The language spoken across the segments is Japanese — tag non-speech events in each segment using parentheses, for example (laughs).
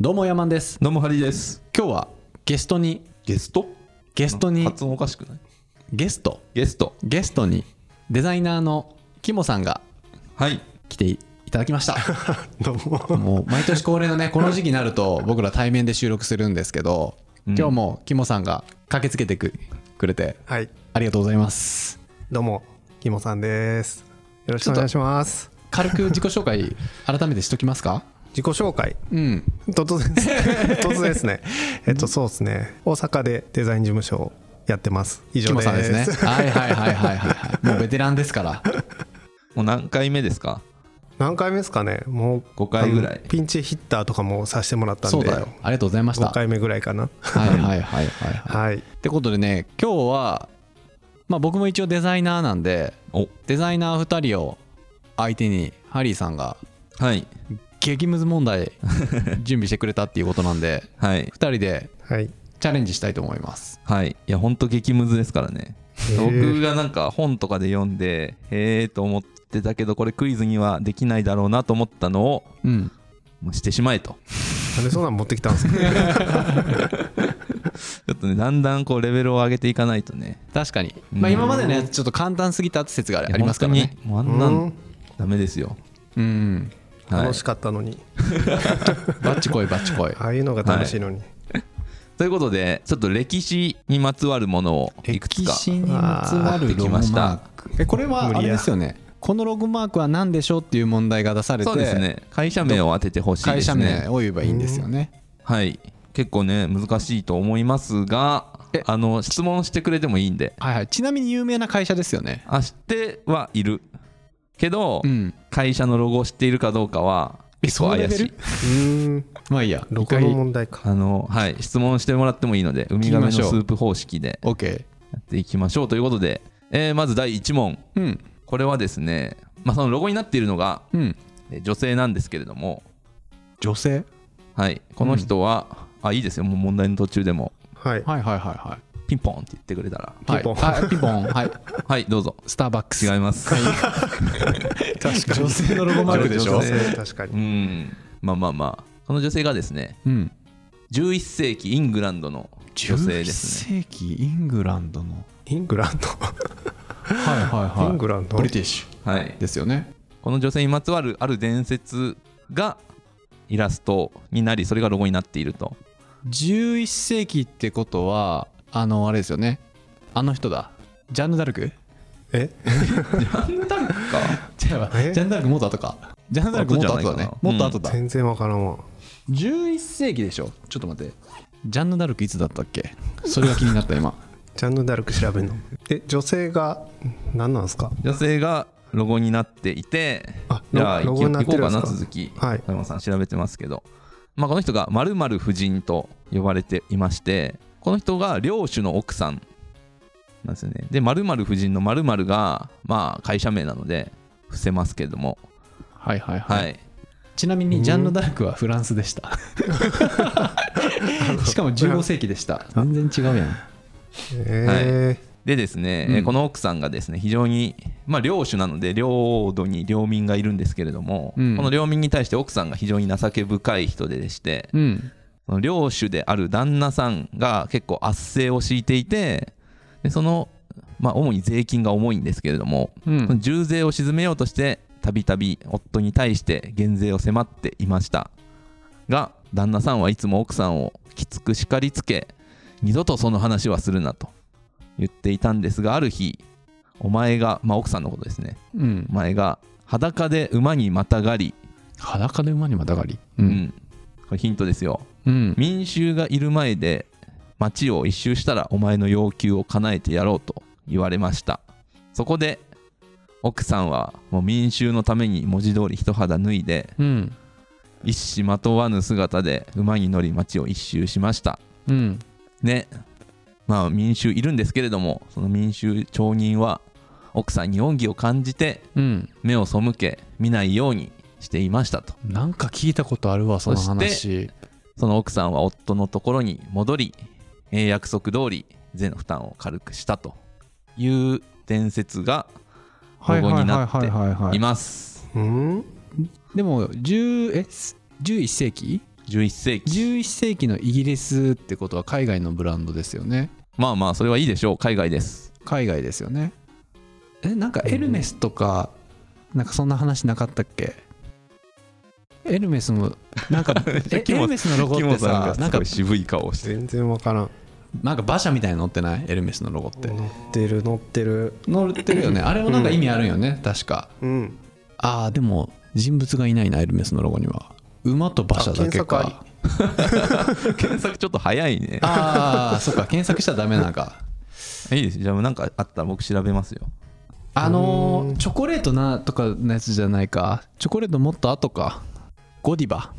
どうもヤマンですどうもハリーです今日はゲストにゲストゲストに発音おかしくないゲストゲストゲストにデザイナーのキモさんがはい来ていただきましたどうも。もう毎年恒例のねこの時期になると僕ら対面で収録するんですけどん今日もキモさんが駆けつけてくくれて (laughs) はい、ありがとうございますどうも、キモさんです。よろしくお願いします。軽く自己紹介改めてしときますか自己紹介、うん突 (laughs) 然です、突然ですね。えっと、そうですね。大阪でデザイン事務所をやってます。以キ上モで。さんですすねはいはいはいはいはいはいもうベテランですからもう何回目ですか (laughs) 何回目ですかね。もう5回ぐらいあのピンチヒッターとかもさせてもらったんで、そうだよありがとうございました5はい回目ぐらいかな。はいはいはいはいはい。ってことでね今日は、まあ、僕も一応デザイナーなんでおデザイナー2人を相手にハリーさんがはい激ムズ問題 (laughs) 準備してくれたっていうことなんではい2人ではい。チャレンジしたいと思いますはいいやほんと激ムズですからねへー僕がなんか本とかで読んでへえと思ってたけどこれクイズにはできないだろうなと思ったのをうんもうしてしまえとなんでそんなん持ってきたんで (laughs) すかちょっとねだんだんこうレベルを上げていかないとね確かに、まあ、今までねちょっと簡単すぎたって説がありますからいやね本当にもうあんなうんんダメですようんはい楽しかったのに。バッチコイバッチコイああいうのが楽しいのに。ということでちょっと歴史にまつわるものをいくつ歴か史にまつわるロゴマークえこれはあれですよねこのロゴマークは何でしょうっていう問題が出されてそうですね会社名を当ててほしいで会す社ね名を言えばいいんですよね、はい結構ね難しいと思いますがえあの質問してくれてもいいんではいはい、ちなみに有名な会社ですよね。あ知ってはいるけど、うん。会社のロゴを知っているかどうかはえ結構怪そしのレいベうーん。 (laughs) まあいいや、ロ一ゴの回。問題か。あのはい質問してもらってもいいのでウミガメの聞きスましょうープ方式で OK。やっていきましょうということで、えーまず第1問うん。これはですね、まあ、そのロゴになっているのがうん。えー女性なんですけれども女性はいこの人は、あいいですよもう問題の途中でもはい。はいはいはいはい。ピンポンって言ってくれたらはいピンポンあピンポン。はい。はいどうぞスターバックス。違います確かに。女性のロ (laughs) ゴマークでしょ女。性確かうに。んまあまあまあこの女性がですねうん。 11世紀イングランドの女性ですね11世紀イングランドの。イングランド。はいはいはい。イングランドブリティッシはいュですよね。この女性にまつわるある伝説がイラストになりそれがロゴになっていると11世紀ってことは、あの、あれですよね。あの人だ。ジャンヌ・ダルクえ違うわジえャンヌ・ダルクもっと後か。ジャンヌ・ダルクもっと後だね後じゃないか。なもっと後だ。全然わからんわ11世紀でしょちょっと待ってジャンヌ・ダルクいつだったっけそれが気になった今ジャンヌ・ダルク調べるのえ女性が何なんですか女性がロゴになっていてあじゃあ行ロロきゴになっ行こてるうんでかなすか続きはい小山さん調べてますけど、まあ、この人が〇〇夫人と呼ばれていましてこの人が領主の奥さんなんですよねで〇〇夫人の〇〇がまあ会社名なので伏せますけれども (laughs) はいはいはい、はいちなみにジャンヌ・ダルクはフランスでした (laughs) しかも15世紀でした全然違うやんえでですね、うんえーこの奥さんがですね非常に、まあ、領主なので領土に領民がいるんですけれども、うんこの領民に対して奥さんが非常に情け深い人ででして、うんその領主である旦那さんが結構圧政を敷いていてでその、まあ、主に税金が重いんですけれども、うんその重税を鎮めようとしてたびたび夫に対して減税を迫っていましたが旦那さんはいつも奥さんをきつく叱りつけ二度とその話はするなと言っていたんですがある日お前が、まあ、奥さんのことですねうんお前が裸で馬にまたがり、裸で馬にまたがりうう、ん、これヒントですようん、民衆がいる前で町を一周したらお前の要求を叶えてやろうと言われましたそこで奥さんはもう民衆のために文字通り一肌脱いでうん一糸まとわぬ姿で馬に乗り町を一周しましたうんねまあ民衆いるんですけれどもその民衆町人は奥さんに恩義を感じてうん目を背け見ないようにしていましたとなんか聞いたことあるわその話その奥さんは夫のところに戻り、えー約束通り税の負担を軽くしたという伝説がロゴになってはいいます。ー、うんでも10え11世紀11世紀11世紀のイギリスってことは海外のブランドですよねまあまあそれはいいでしょう海外です海外ですよねえなんかエルメスとか、なんかそんな話なかったっけエルメスもなん (laughs) かえエキモルメスのロゴっキてモささんながんすかごい渋い顔して全然わからんなんか馬車みたいに乗ってないエルメスのロゴって乗ってる乗ってる乗ってるよねあれもなんか意味あるんよね確かうんああでも人物がいないなエルメスのロゴには馬と馬車だけあ検索か (laughs) 検索ちょっと早いね (laughs) ああーそっか検索したらダメなんかいいですじゃあなんかあったら僕調べますよあのーチョコレートなとかのやつじゃないかチョコレートもっと後かゴディバ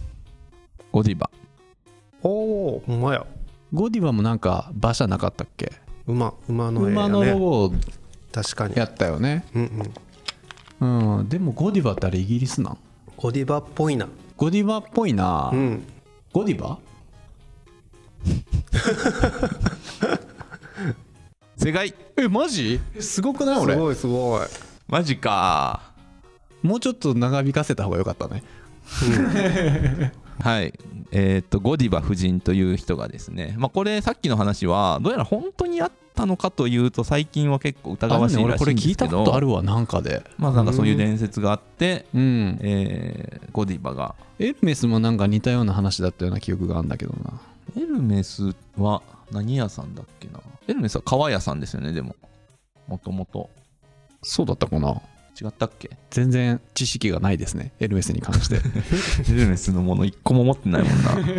ゴディバおおほんまやゴディバもなんか馬車なかったっけ馬馬の絵馬のやロねゴ確かにやったよねうんうんうんでもゴディバってあれイギリスなんゴディバっぽいなゴディバっぽいな、うんゴディバ正解えマジすごくないす俺ごいすごいマジかもうちょっと長引かせた方が良かったねはいえーっとゴディバ夫人という人がですね、まあ、これさっきの話はどうやら本当にあったのかというと最近は結構疑わしいあのねら俺しこれいんで聞いすたけことあどるわなんかでまあなんかそういう伝説があって、うんえーゴディバがエルメスもなんか似たような話だったような記憶があるんだけどなエルメスは何屋さんだっけなエルメスは革屋さんですよねでももともとそうだったかな違ったっけ全然知識がないですねエルメスに関してエルメスのもの一個も持ってないもんな (laughs)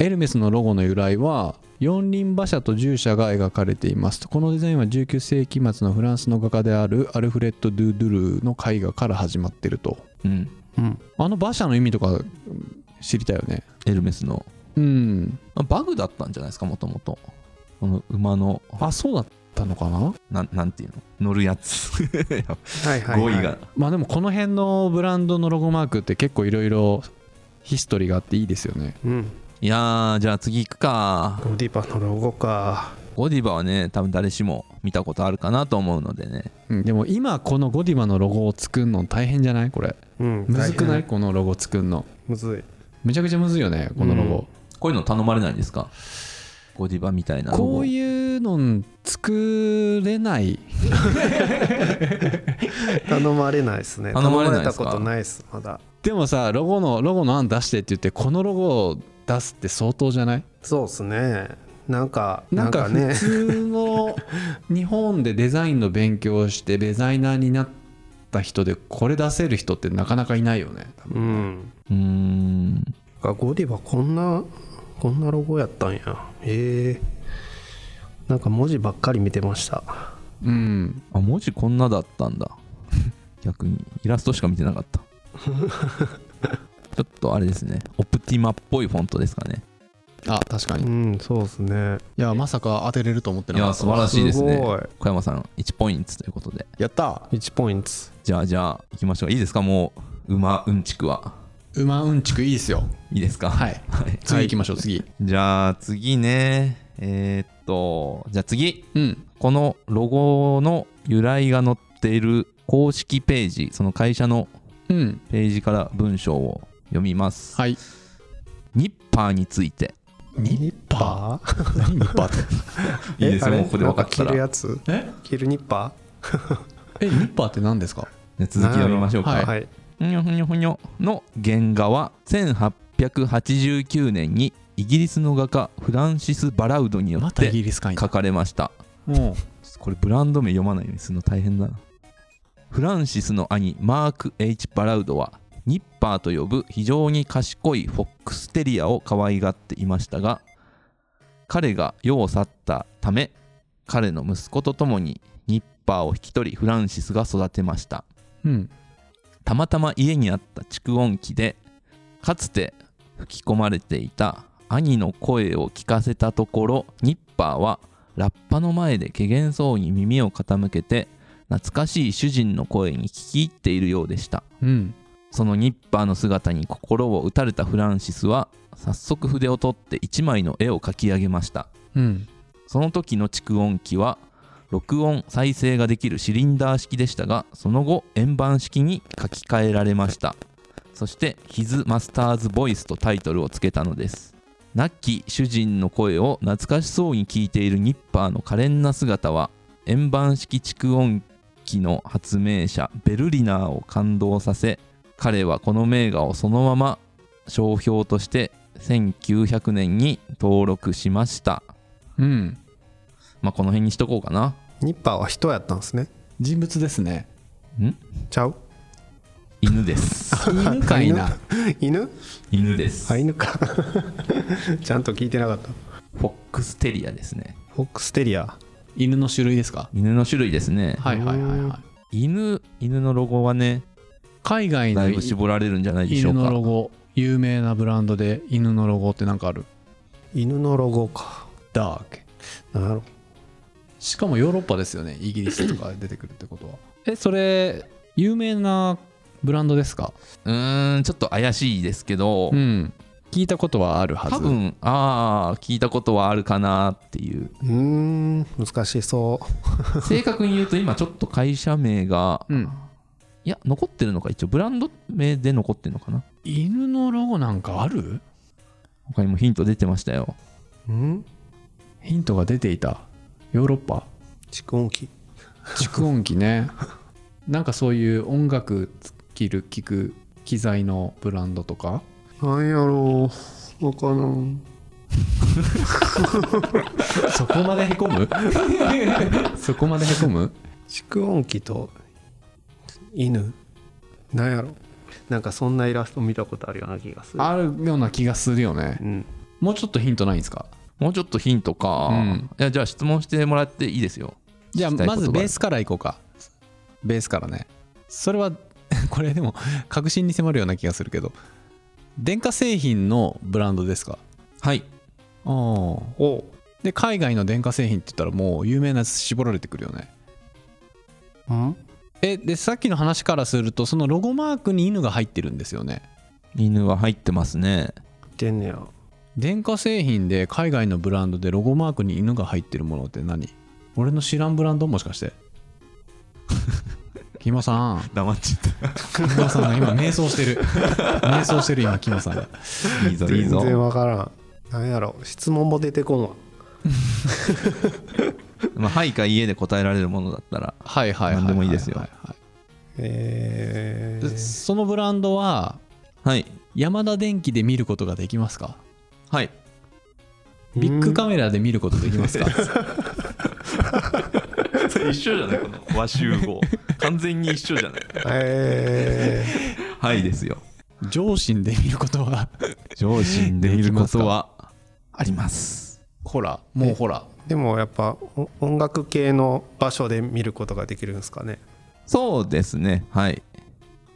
エルメスのロゴの由来は四輪馬車と従者が描かれていますこのデザインは19世紀末のフランスの画家であるアルフレッド・ドゥ・ドゥルーの絵画から始まってるとうんうんあの馬車の意味とかうん知りたいよねエルメスのうんまあバグだったんじゃないですかもともとこの馬のあそうだったのかななんなんていうの乗る (laughs) やつはいはい、語はい、彙がまあでもこの辺のブランドのロゴマークって結構いろいろヒストリーがあっていいですよねうんいやーじゃあ次行くかゴディバのロゴかゴディバはね多分誰しも見たことあるかなと思うのでねうんでも今このゴディバのロゴを作るの大変じゃないこれうんむずくな大い変このロゴ作るのむずいめちゃくちゃむずいよねこのロゴ、こういうの頼まれないんですかゴディバみたいなロゴこういうのん作れない頼まれないですね頼まれない頼でたすかことないですまだでもさロゴのロゴの案出してって言ってこのロゴを出すって相当じゃないそうですねなんかななんんかか普ね通の日本でデザインの勉強をしてデザイナーになった人でこれ出せる人ってなかなかいないよねうんうーんあゴディバこんなこんなロゴやったんやへえなんか文字ばっかり見てましたうんあ文字こんなだったんだ (laughs) 逆にイラストしか見てなかったちょっとあれですねオプティマっぽいフォントですかねあ確かにういんそうですねやまさか当てれると思っていなかやった素晴らしいですねすごい小山さん1ポイントということでやった1ポイントじゃあじゃあ行きましょういいですかもう馬うんちくは馬うんちくいいですよいいですかはいはい次行きましょう次じゃあ次ねえーっとじゃあ次うんこのロゴの由来が載っている公式ページその会社のうんページから文章を読みます、はいニッパーについてニッパー何ニッパーっていいですよえあれもうここで分かったなん切るらやつえ切るニッパえニッパーって何ですかじゃあ続き読みましょうか、ーはいはいふにょふにょふにょの原画は1889年にイギリスの画家フランシス・バラウドによまったイてギリスかいな描かれましたうんこれブランド名読まないようにするの大変だなフランシスの兄マーク・ H ・バラウドはニッパーと呼ぶ非常に賢いフォックステリアを可愛がっていましたが彼が世を去ったため彼の息子と共にニッパーを引き取りフランシスが育てましたうんたまたま家にあった蓄音機でかつて吹き込まれていた兄の声を聞かせたところニッパーはラッパの前で怪げそうに耳を傾けて懐かしい主人の声に聞き入っているようでしたうんそのニッパーの姿に心を打たれたフランシスは早速筆を取って一枚の絵を描き上げましたうんその時の蓄音機は録音再生ができるシリンダー式でしたがその後円盤式に書き換えられましたそして「His Master's Voice」とタイトルをつけたのです亡き主人の声を懐かしそうに聞いているニッパーの可憐な姿は円盤式蓄音機の発明者ベルリナーを感動させ彼はこの名画をそのまま商標として1900年に登録しましたうんまあこの辺にしとこうかなニッパーは人やったんですね人物ですねちゃう犬です (laughs) 犬かいな犬犬です、あ犬か (laughs) ちゃんと聞いてなかったフォックステリアですねフォックステリア犬の種類ですか犬の種類ですねはいはいはいはい犬犬のロゴはね海外だのいぶ絞られるんじゃないでしょ犬うのかロゴ有名なブランドで犬のロゴってなんかある犬のロゴかダークなるほどしかもヨーロッパですよねイギリスとかで出てくるってことは (clears throat) えそれ有名なブランドですかうーんちょっと怪しいですけど、うん聞いたことはあるはず多分ああ聞いたことはあるかなっていう (laughs) うーん難しそ正確に言うと今ちょっと会社名がうんいや残ってるのか一応ブランド名で残ってるのかな犬のロゴなんかある他にもヒント出てましたようんヒントが出ていたヨーロッパ蓄音機蓄音機ねなんかそういう音楽聴る聞く機材のブランドとかなんやろうわからんそこまでへこ (laughs) むそこまでへこむ蓄音機と犬なんやろなんかそんなイラスト見たことあるような気がするあるような気がするよねうんもうちょっとヒントないんですかもうちょっとヒントか、うんいやじゃあ質問してもらっていいですよじゃあ聞きたいこまとがずベースからいこうかベースからねそれは (laughs) これでも確信に迫るような気がするけど電化製品のブランドですかはいああおで海外の電化製品って言ったらもう有名なやつ絞られてくるよねうんえでさっきの話からするとそのロゴマークに犬が入ってるんですよね犬は入ってますね出んねや電化製品で海外のブランドでロゴマークに犬が入ってるものって何俺の知らんブランドもしかして (laughs) キモさん黙っちゃっキモさんが今迷走して (laughs) る迷走してる今キモさんがたいいぞいい全ぞ然わからんなんやろ質問も出てこんわまあ、はいか家で答えられるものだったらはいはいはい何でもいいですよははえいでー、そのブランドははいヤマダ電機で見ることができますかはいビッグカメラで見ることできますか (laughs) それ一緒じゃないこの和集合完全に一緒じゃないえはいですよ上心で見ることは上心で見ることはありますほらもうほらーでもやっぱお音楽系の場所で見ることができるんですかねそうですねはい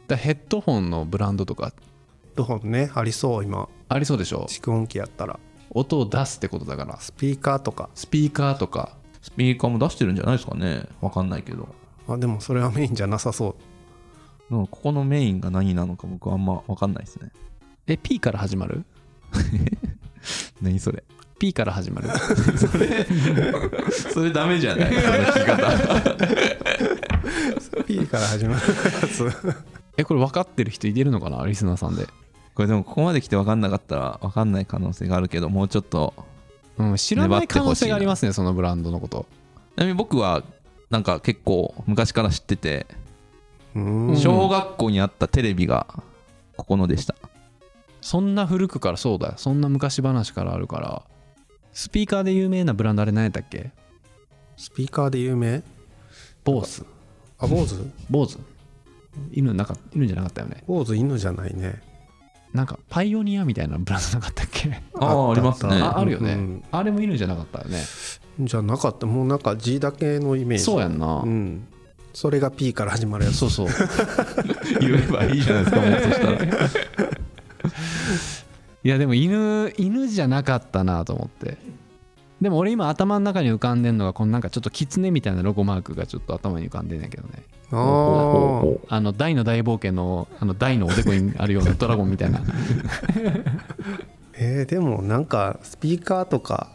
だヘッドホンのブランドとかどこもねありそう今ありそうでしょ蓄音機やったら音を出すってことだからスピーカーとかスピーカーとかスピーカーも出してるんじゃないですかねわかんないけどあでもそれはメインじゃなさそううんここのメインが何なのか僕はあんまわかんないですねえ P から始まる何それ P から始 (laughs) まるそれダメじゃないその聞き方 P から始まるやつ (laughs) えこれ分かってる人いてるのかなリスナーさんで、 (laughs) これでもここまで来てわかんなかったらわかんない可能性があるけどもうちょっとうん、知らな粘っいてほしい可能な性がありますねそのブランドのことちなみに僕はなんか結構昔から知っててうーん小学校にあったテレビがここのでしたそんな古くからそうだよそんな昔話からあるからスピーカーで有名なブランドあれ何やったっけスピーカーで有名ボースあ坊 (laughs) 主坊主犬なんか犬じゃなかったよね坊主犬じゃないねなんかパイオニアみたいなブランドなかったっけあああっあたりますねあっああるよね、うんあれも犬じゃなかったよねじゃなかったもうなんか G だけのイメージそうやんな、うんそれが P から始まる (laughs) やつそうそう言えばいいじゃないですかもうそした (laughs) らいやでも犬犬じゃなかったなと思ってでも俺今頭の中に浮かんでんのがこのなんかちょっとキツネみたいなロゴマークがちょっと頭に浮かんでんやけどねあああの大の大冒険のあの大のおでこにあるようなドラゴンみたいなえーでもなんかスピーカーとか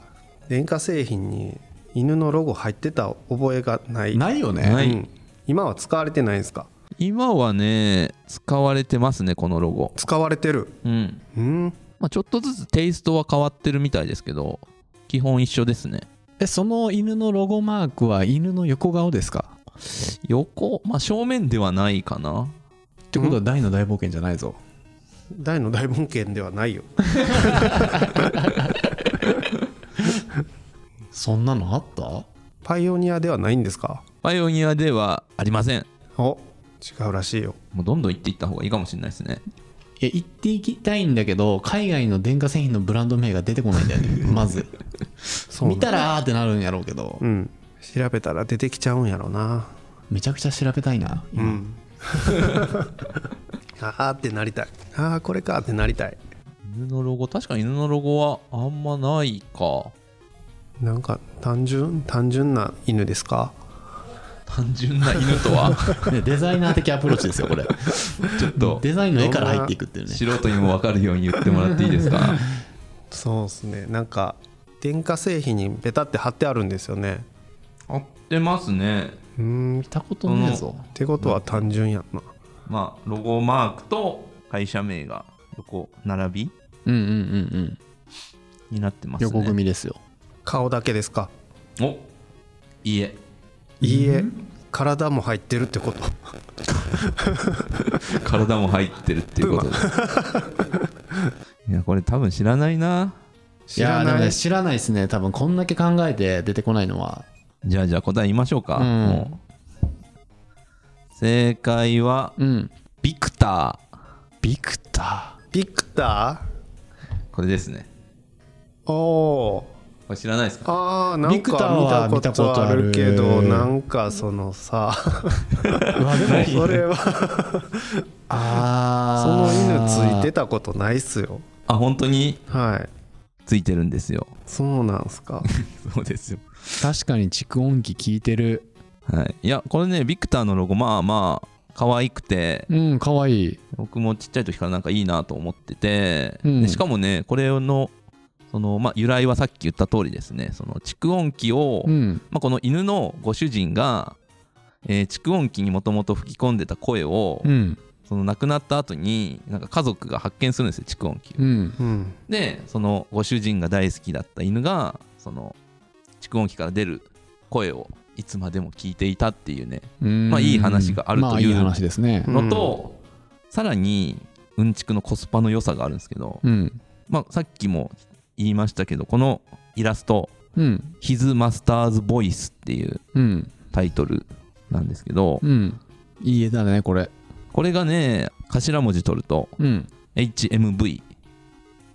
電化製品に犬のロゴ入ってた覚えがないないよねないうん今は使われてないんですか今はね使われてますねこのロゴ使われてるうん、うんまあ、ちょっとずつテイストは変わってるみたいですけど基本一緒ですね (laughs) えその犬のロゴマークは犬の横顔ですか横まあ正面ではないかなってことは大の大冒険じゃないぞ大の大冒険ではな (laughs) いよそんなのあったパイオニアではないんですかパイオニアではありませんお違うらしいよもうどんどん行っていった方がいいかもしれないですねいや行っていきたいんだけど海外の電化製品のブランド名が出てこないんだよねま (laughs) ずそうな見たらあーってなるんやろうけどうん調べたら出てきちゃうんやろうなめちゃくちゃ調べたいなうん (laughs) あーってなりたいああこれかってなりたい犬のロゴ確かに犬のロゴはあんまないかなんか単純単純な犬ですか単純な犬とはねデザイナー的アプローチですよこれちょっとデザインの絵から入っていくっていうね素人にも分かるように言ってもらっていいですかそうですねなんか電化製品にベタって貼ってあるんですよね (laughs) 合ってますねうーんっ見たことねえぞてことは単純やんなまあロゴマークと会社名が横並びうんうんうんうんになってますね横組ですよ顔だけですかおいいえいいえ体も入ってるってこと体も入ってるっていうことで (laughs) いやこれ多分知らないない知やらーでもなねい知らないですね多分こんだけ考えて出てこないのはじゃあじゃあ答え言いましょうか、うんもう正解はうんビクタビクタビクターこれですねーおーこれ知らないですかあーなビんクターかは見たことあるけ見たことあどるなんかその (laughs) さーうわでもそれはそあのあ犬ついてたことないっすよあ本当にはいついてるんですよそうなん (laughs) すかそうですよ確かに蓄音機聞いてるはいいやこれねビクターのロゴまあまあ可愛くてうんかわいい僕もちっちゃい時からなんかいいなと思ってて、うんでしかもねこれのその、まあ、由来はさっき言った通りですねその蓄音機を、うんまあ、この犬のご主人が、えー蓄音機にもともと吹き込んでた声を、うんその亡くなった後になんか家族が発見するんですよ蓄音機をうんうんでそのご主人が大好きだった犬がその蓄音機から出る声をいつまでも聞いていたっていうねままあいい話があるというまあいい話ですねうんのと、さらにうんちくのコスパの良さがあるんですけど、うんまあ、さっきも言いましたけどこのイラストうん「His Master's Voice」っていううんタイトルなんですけどうんいい絵だねこれこれがね頭文字取るとうん HMV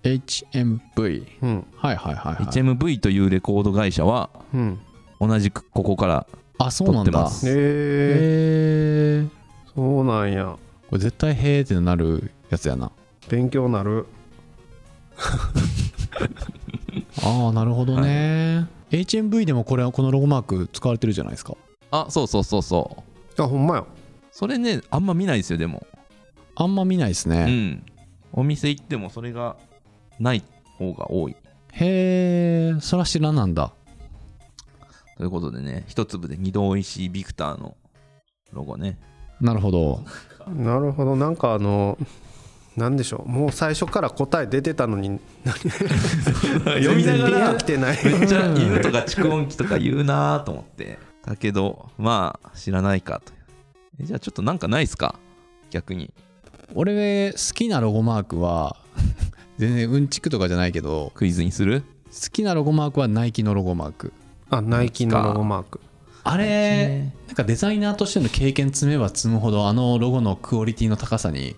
HMV うんはいはいはい、はい、 HMV というレコード会社はうん同じくここからあそうなん撮ってだますえー、へえそうなんやこれ絶対へーってなるやつやな勉強なるああなるほどね、HMV でもこれはこのロゴマーク使われてるじゃないですかあそうそうそうそうあほんまやそれねあんま見ないですよでもあんま見ないですうね、んお店行ってもそれがない方が多いへえそら知らなんだということでね一粒で二度おいしいビクターのロ (laughs) ゴねなるほどなるほどなんかあのなんでしょうもう最初から答え出てたのに読みながら出てきて (laughs) ないめっちゃ犬とか蓄音機とか言うなーと思ってだけどまあ知らないかとえじゃあちょっとなんかないっすか逆に俺好きなロゴマークは (laughs) 全然うんちくとかじゃないけどクイズにする好きなロゴマークはナイキのロゴマークあナイキのロゴマークあれなんかデザイナーとしての経験積めば積むほどあのロゴのクオリティの高さに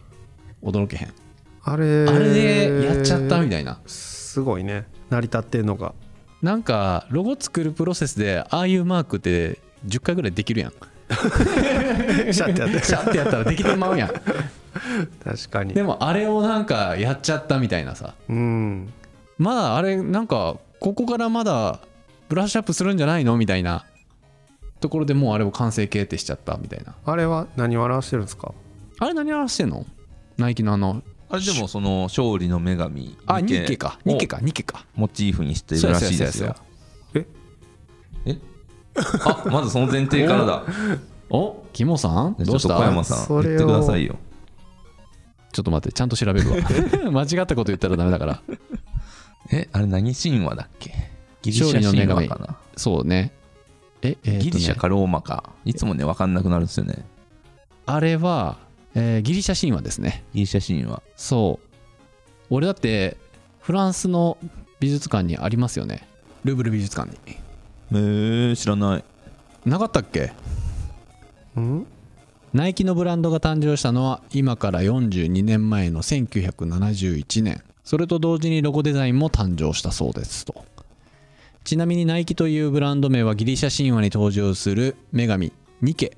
驚けへん、あれあれでやっちゃったみたいなすごいね成り立ってんのがなんかロゴ作るプロセスでああいうマークって10回ぐらいできるやんシャッてやっ (laughs) てシャッてやったらできてまうや (laughs) ん確かにでもあれをなんかやっちゃったみたいなさうんまだあれなんかここからまだブラッシュアップするんじゃないのみたいなところでもうあれを完成形ってしちゃったみたいなあれは何を表してるんですかあれ何表してんのナイキのあのあれでもその勝利の女神あニッケかニッケかニッケかモチーフにしてるらしいですよええあまずその前提からだおキモさんどうしたちょっと小山さんそ言れっをてくださいよちょっと待ってちゃんと調べるわ (laughs) 間違ったこと言ったらダメだからえあれ何神話だっけギリシャ神話かな、そうねええーとねギリシャかローマかいつもね分かんなくなるんですよねあれは、えーギリシャ神話ですねギリシャ神話そう俺だってフランスの美術館にありますよねルーブル美術館にへえ知らないなかったっけうんナイキのブランドが誕生したのは今から42年前の1971年それと同時にロゴデザインも誕生したそうですとちなみにナイキというブランド名はギリシャ神話に登場する女神ニケ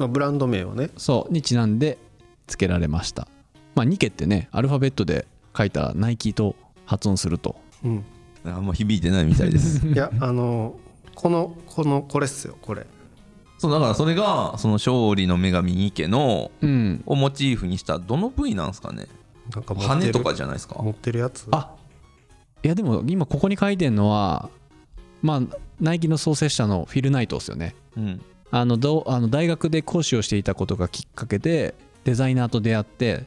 あブランド名はねそうにちなんで付けられましたまあニケってねアルファベットで書いたらナイキと発音するとうんあんま響いてないみたいですいやあのこのこのこれっすよこれ (laughs) そうだからそれがその勝利の女神ニケのうんをモチーフにしたどの部位なんですかねなんか持って羽るとかじゃないですか持ってるやつあいやでも今ここに書いてるのはまあナイキの創設者のフィル・ナイトですよねうんあのどうあの大学で講師をしていたことがきっかけでデザイナーと出会って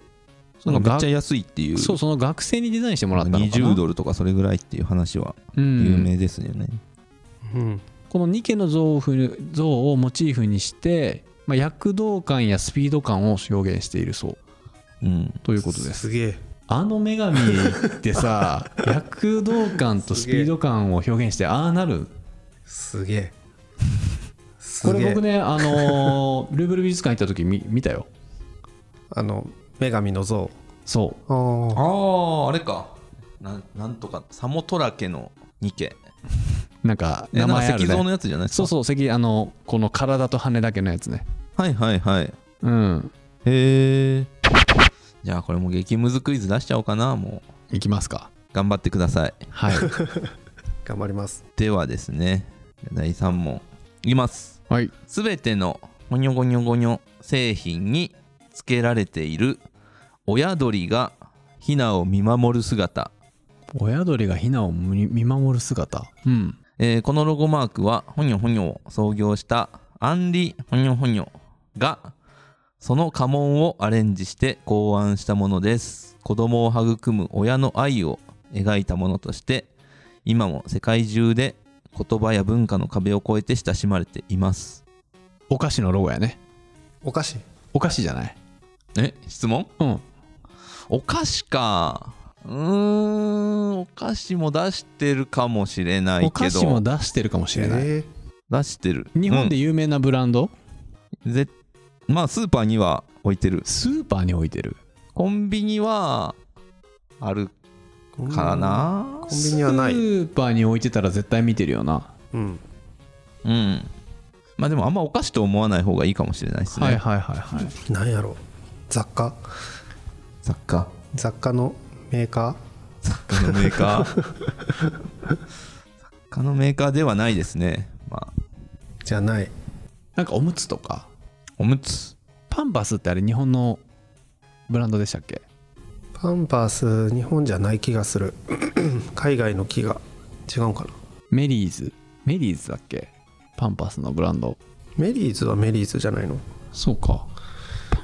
そのめっがちゃ安いっていうそうその学生にデザインしてもらったのかな20ドルとかそれぐらいっていう話はうん有名ですよね、うんこのニケの像をふ像をモチーフにして、まあ、躍動感やスピード感を表現しているそううん、ということですすげえあの女神って (laughs) さ躍動感とスピード感を表現してああなるすげえすこげえれ僕ねあのールーブル美術館行った時見見たよあの女神の像そうあーあああれかなんなんとかサモトラケのニケなんかえ名前なんあかる石像ねのやつじゃないですそうかそう石あのこの体と羽だけのやつねはいはいはいへうんえじゃあこれも激ムズクイズ出しちゃおうかなもういきますか頑張ってください (laughs) はい頑張りますではですね第3問いきますはいすべてのゴニョゴニョゴニョ製品に付けられている親鳥がヒナを見守る姿親鳥がヒナを見見守る姿うんえーこのロゴマークはホニョホニョを創業したアンリ・ホニョホニョがその家紋をアレンジして考案したものです子供を育む親の愛を描いたものとして今も世界中で言葉や文化の壁を越えて親しまれていますお菓子のロゴやねお菓子お菓子じゃないえ質問うんお菓子かうーんお菓子も出してるかもしれないけどお菓子も出してるかもしれない、え出してる日本で有名なブランド、ぜまあスーパーには置いてるスーパーに置いてるコンビニはあるーからなコンビニはないスーパーに置いてたら絶対見てるよな、うんうんまあでもあんまお菓子と思わない方がいいかもしれないですね、はいはいはいはいなんやろ雑貨雑貨雑貨のメーカ雑貨のメー (laughs) カー雑貨のメーカーではないですねまあーじゃないなんかおむつとかおむつパンパスってあれ日本のブランドでしたっけパンパース日本じゃない気がする (clears throat) 海外の気が違うんかなメリーズメリーズだっけパンパスのブランドメリーズはメリーズじゃないのそうか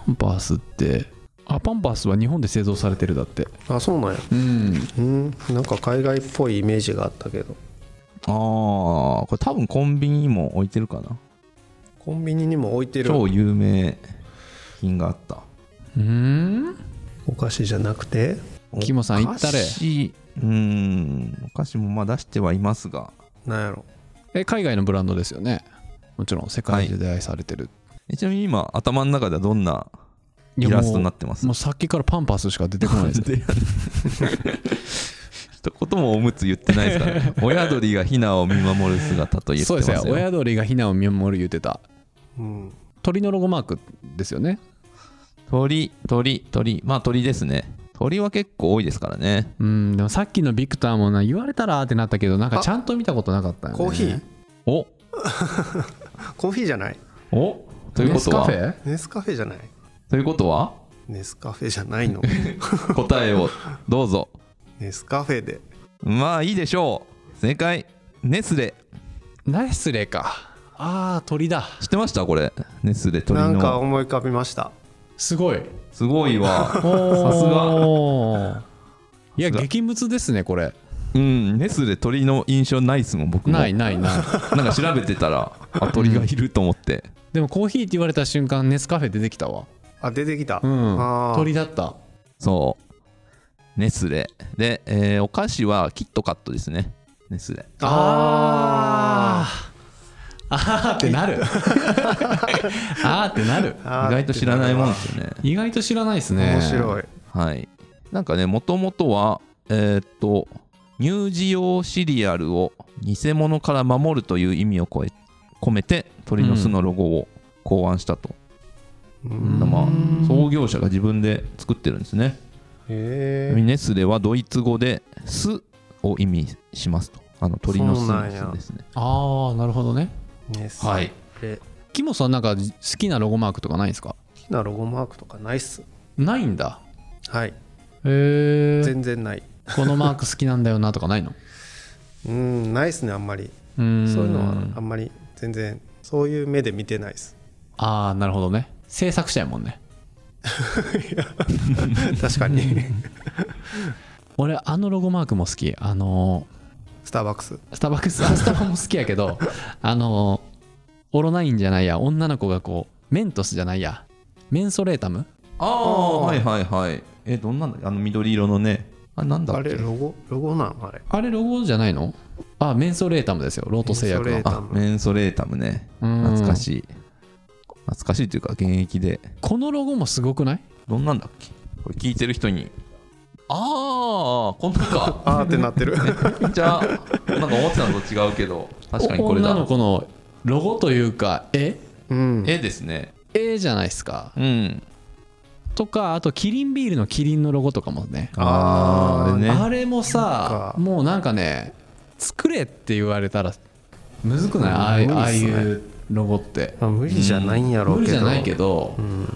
パンパースってあパンパースは日本で製造されてるだってあそうなんやうんうんなんか海外っぽいイメージがあったけどああこれ多分コンビニにも置いてるかなコンビニにも置いてる超有名品があったうんお菓子じゃなくてキモさんお菓言ったれ子うんお菓子もまあ出してはいますがなんやろえ海外のブランドですよねもちろん世界中で愛されてる、えちなみに今頭の中ではどんないイやラストになってますもうさっきからパンパスしか出てこないです (laughs) で一言もおむつ言ってないですから、 (laughs) ね、親鳥がヒナを見守る姿と言ってそうまですすよよ親鳥がヒナを見守る言ってたう、うん、鳥のロゴマークですよね鳥鳥鳥まあ鳥ですね鳥は結構多いですからねうんでもさっきのビクターもな言われたらってなったけどなんかあちゃんと見たことなかったよねコーヒーおコーヒーじゃないおというネこスとカはフェネスカフェじゃないということはネスカフェじゃな (laughs) いの答えをどうぞネスカフェでまあいいでしょう正解ネスレナイスレかああ鳥だ知ってましたこれネスレ鳥なんかの思い浮かびましたすごいすごいわさすがいやさすが激ムツですねこれうんネスレ鳥の印象ないっすもん僕もないない (laughs) ないなんか調べてたらあ鳥がいると思ってでもコーヒーって言われた瞬間ネスカフェ出てきたわあ出てきた、うんあー鳥だったそうネスレで、えーお菓子はキットカットですねネスレああーあーってな (laughs) るあーってなる意外と知らないもんですよね意外と知らないですね面白いはいなんかねもともとはえーっと乳児用シリアルを偽物から守るという意味を超え込めて鳥の巣のロゴを考案したと、うんまあ創業者が自分で作ってるんですねへえネスレはドイツ語で巣を意味しますとあの鳥の巣そうなんやの巣ですねああなるほどねねはいでキモさんなんか好きなロゴマークとかないんですか好きなロゴマークとかないっすないんだはいへえ全然ないこのマーク好きなんだよなとかないのうんないっすねあんまり (laughs) うーんそういうのはあんまり全然そういう目で見てないっすああなるほどね制作者やもんね (laughs) 確かに俺あのロゴマークも好きあのスターバックスースタバックスあスタバも好きやけ (laughs) どあのーオロナインじゃないや女の子がこうメントスじゃないやメンソレータムああはいはいはいえどんなんだっけあの緑色のねあなんだっあけれロゴロゴなんあれあれロゴじゃないのあメンソレータムですよロート製薬メンソレのータあメンソレータムねうん懐かしい懐かしいというか現役でこのロゴもすごくないどんなんだっけこれ聞いてる人にああこんなんかあーって (laughs) なってるじゃあなんか思ってたのと違うけど確かにこれ女だの子のロゴというか絵うん絵ですね絵じゃないですかうんとかあとキリンビールのキリンのロゴとかもねあーあれねあれもさなんもうなんかね作れって言われたらむずくないああいう無ああ理いっすねうロゴってまあ無理じゃないんやろう無理けじどゃないけどうん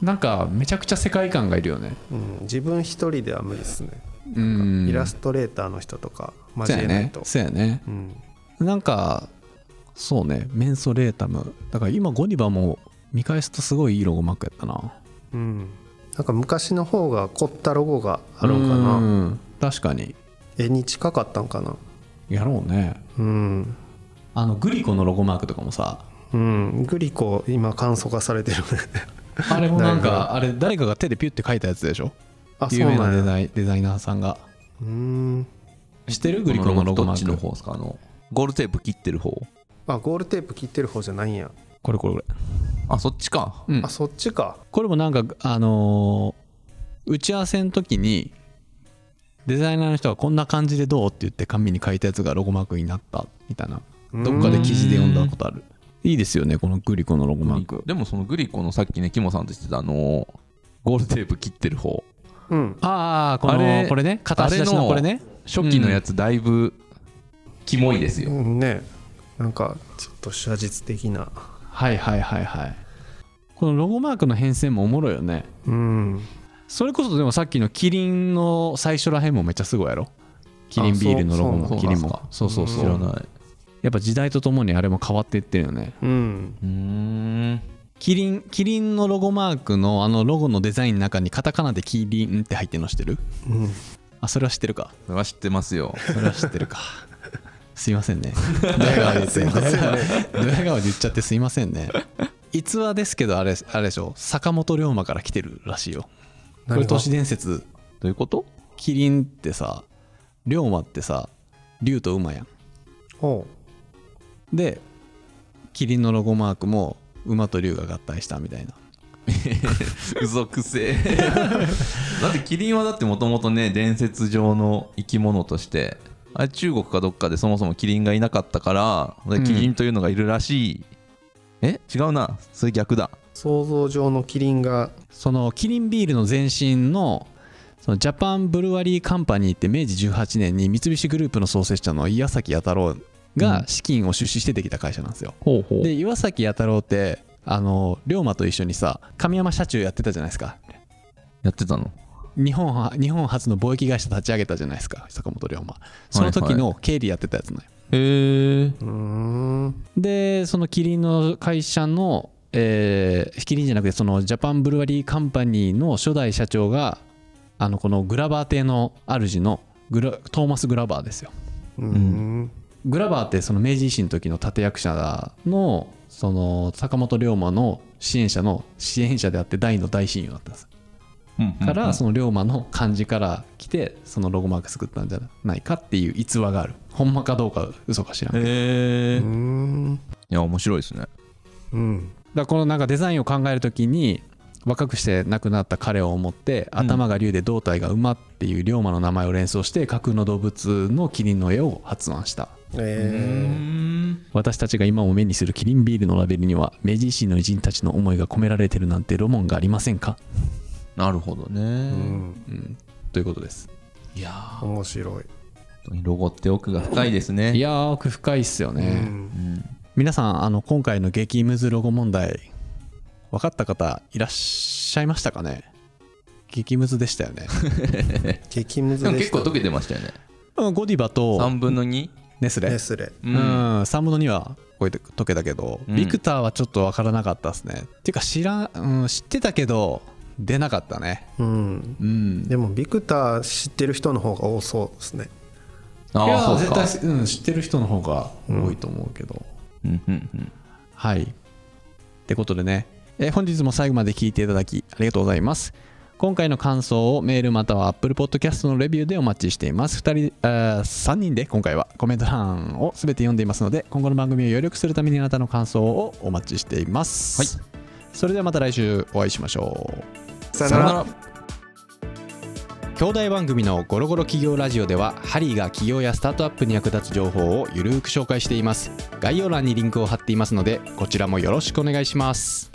なんかめちゃくちゃ世界観がいるよねうん自分一人では無理っすねうんイラストレーターの人とかそう交やえないねとそうやねうんなんかそうねメンソレータムだから今ゴディバも見返すとすごいいいロゴマークやったなうんなんか昔の方が凝ったロゴがあるんかなうん確かに絵に近かったんかなやろうねうんあのグリコのロゴマークとかもさうんグリコ今簡素化されて (laughs) るねあれもなんだいかあれ誰かが手でピュッて書いたやつでしょあそう有名ななデんやザイデザイナーさんがうん知ってるグリコのロゴどマっちーのク方ですかあのゴールテープ切ってる方あゴールテープ切ってる方じゃないんやこれこれこれあそっちかうんあそっちかこれもなんかあのー打ち合わせの時にデザイナーの人がこんな感じでどうって言って紙に書いたやつがロゴマークになったみたいなどっかで記事で読んだことあるいいですよねこのグリコのロゴマークでもそのグリコのさっきねキモさんとしてたあのーゴールテープ切ってる方うんああこのあれこれね片足出しあれののこれね初期のやつだいぶキモいですうよ、んねなんかちょっと写実的なはいはいはいはいこのロゴマークの変遷もおもろいよねうんそれこそでもさっきのキリンの最初らへんもめっちゃすごいやろキリンビールのロゴあそもうキリンそうなんもそうそうそ知らうないやっぱ時代とともにあれも変わっていってるよねうんうーんキリンキリンのロゴマークのあのロゴのデザインの中にカタカナでキリンって入ってるの知ってるうんあそれは知ってるかそれは知ってますよそれは知ってるか (laughs) すいませ (laughs) んねドヤ顔で言ってドヤ顔で言っちゃってすいませんね逸話ですけどあれあれでしょ坂本龍馬から来てるらしいよこれ何が都市伝説どういうことキリンってさ龍馬ってさ龍と馬やんほでキリンのロゴマークも馬と龍が合体したみたいな嘘く (laughs) せえだってキリンはだってもともとね伝説上の生き物としてあれ中国かどっかでそもそもキリンがいなかったからんキリンというのがいるらしい、え違うなそれ逆だう想像上のキリンがそのキリンビールの前身のそのジャパンブルワリーカンパニーって明治18年に三菱グループの創設者の岩崎弥太郎うがん資金を出資してできた会社なんですよ、ほうほで岩崎弥太郎ってあの龍馬と一緒にさ神山社中やってたじゃないですかやってたの日本は日本初の貿易会社立ち上げたじゃないですか坂本龍馬その時の経理やってたやつね、へえうーんでそのキリンの会社の、えーキリンじゃなくてそのジャパンブルワリーカンパニーの初代社長があのこのグラバー邸の主のグラトーマス・グラバーですようーんグラバーってその明治維新の時の立役者のその坂本龍馬の支援者の支援者であって大の大親友だったんですからその龍馬の漢字から来てそのロゴマーク作ったんじゃないかっていう逸話があるほんまかどうか嘘か知らんけどへえうーんいや面白いですねうんだからこのなんかデザインを考えるときに若くして亡くなった彼を思って頭が竜で胴体が馬っていう龍馬の名前を連想して架空の動物のキリンの絵を発案したえ私たちが今も目にするキリンビールのラベルには明治維新の偉人たちの思いが込められてるなんてロマンがありませんかなるほどーうねんということですいやー面白い本当にロゴって奥が深いですねいやー奥深いっすようね、ん皆さんあの今回の激ムズロゴ問題分かった方いらっしゃいましたかね激ムズでしたよ (laughs) ね、激ムズでもで結し構た溶けてましたよねうんゴディバと3分の 2? ネスレネスレううん、3分の2はこえて解けたけど、うんビクターはちょっと分からなかったですねっていうか知らん、うん、知ってたけど出なかったねうんうんでもビクター知ってる人の方が多そうですねあいやあそう絶か対、うん、知ってる人の方が多いと思うけど、うんうんうんはい。ってことでね、えー本日も最後まで聞いていただきありがとうございます。今回の感想をメールまたは Apple Podcast のレビューでお待ちしています。2人、あー3人で今回はコメント欄を全て読んでいますので、今後の番組を協力するためにあなたの感想をお待ちしています。はい。それではまた来週お会いしましょう。ささよなら兄弟番組の「ゴロゴロ企業ラジオ」ではハリーが企業やスタートアップに役立つ情報をゆるーく紹介しています概要欄にリンクを貼っていますのでこちらもよろしくお願いします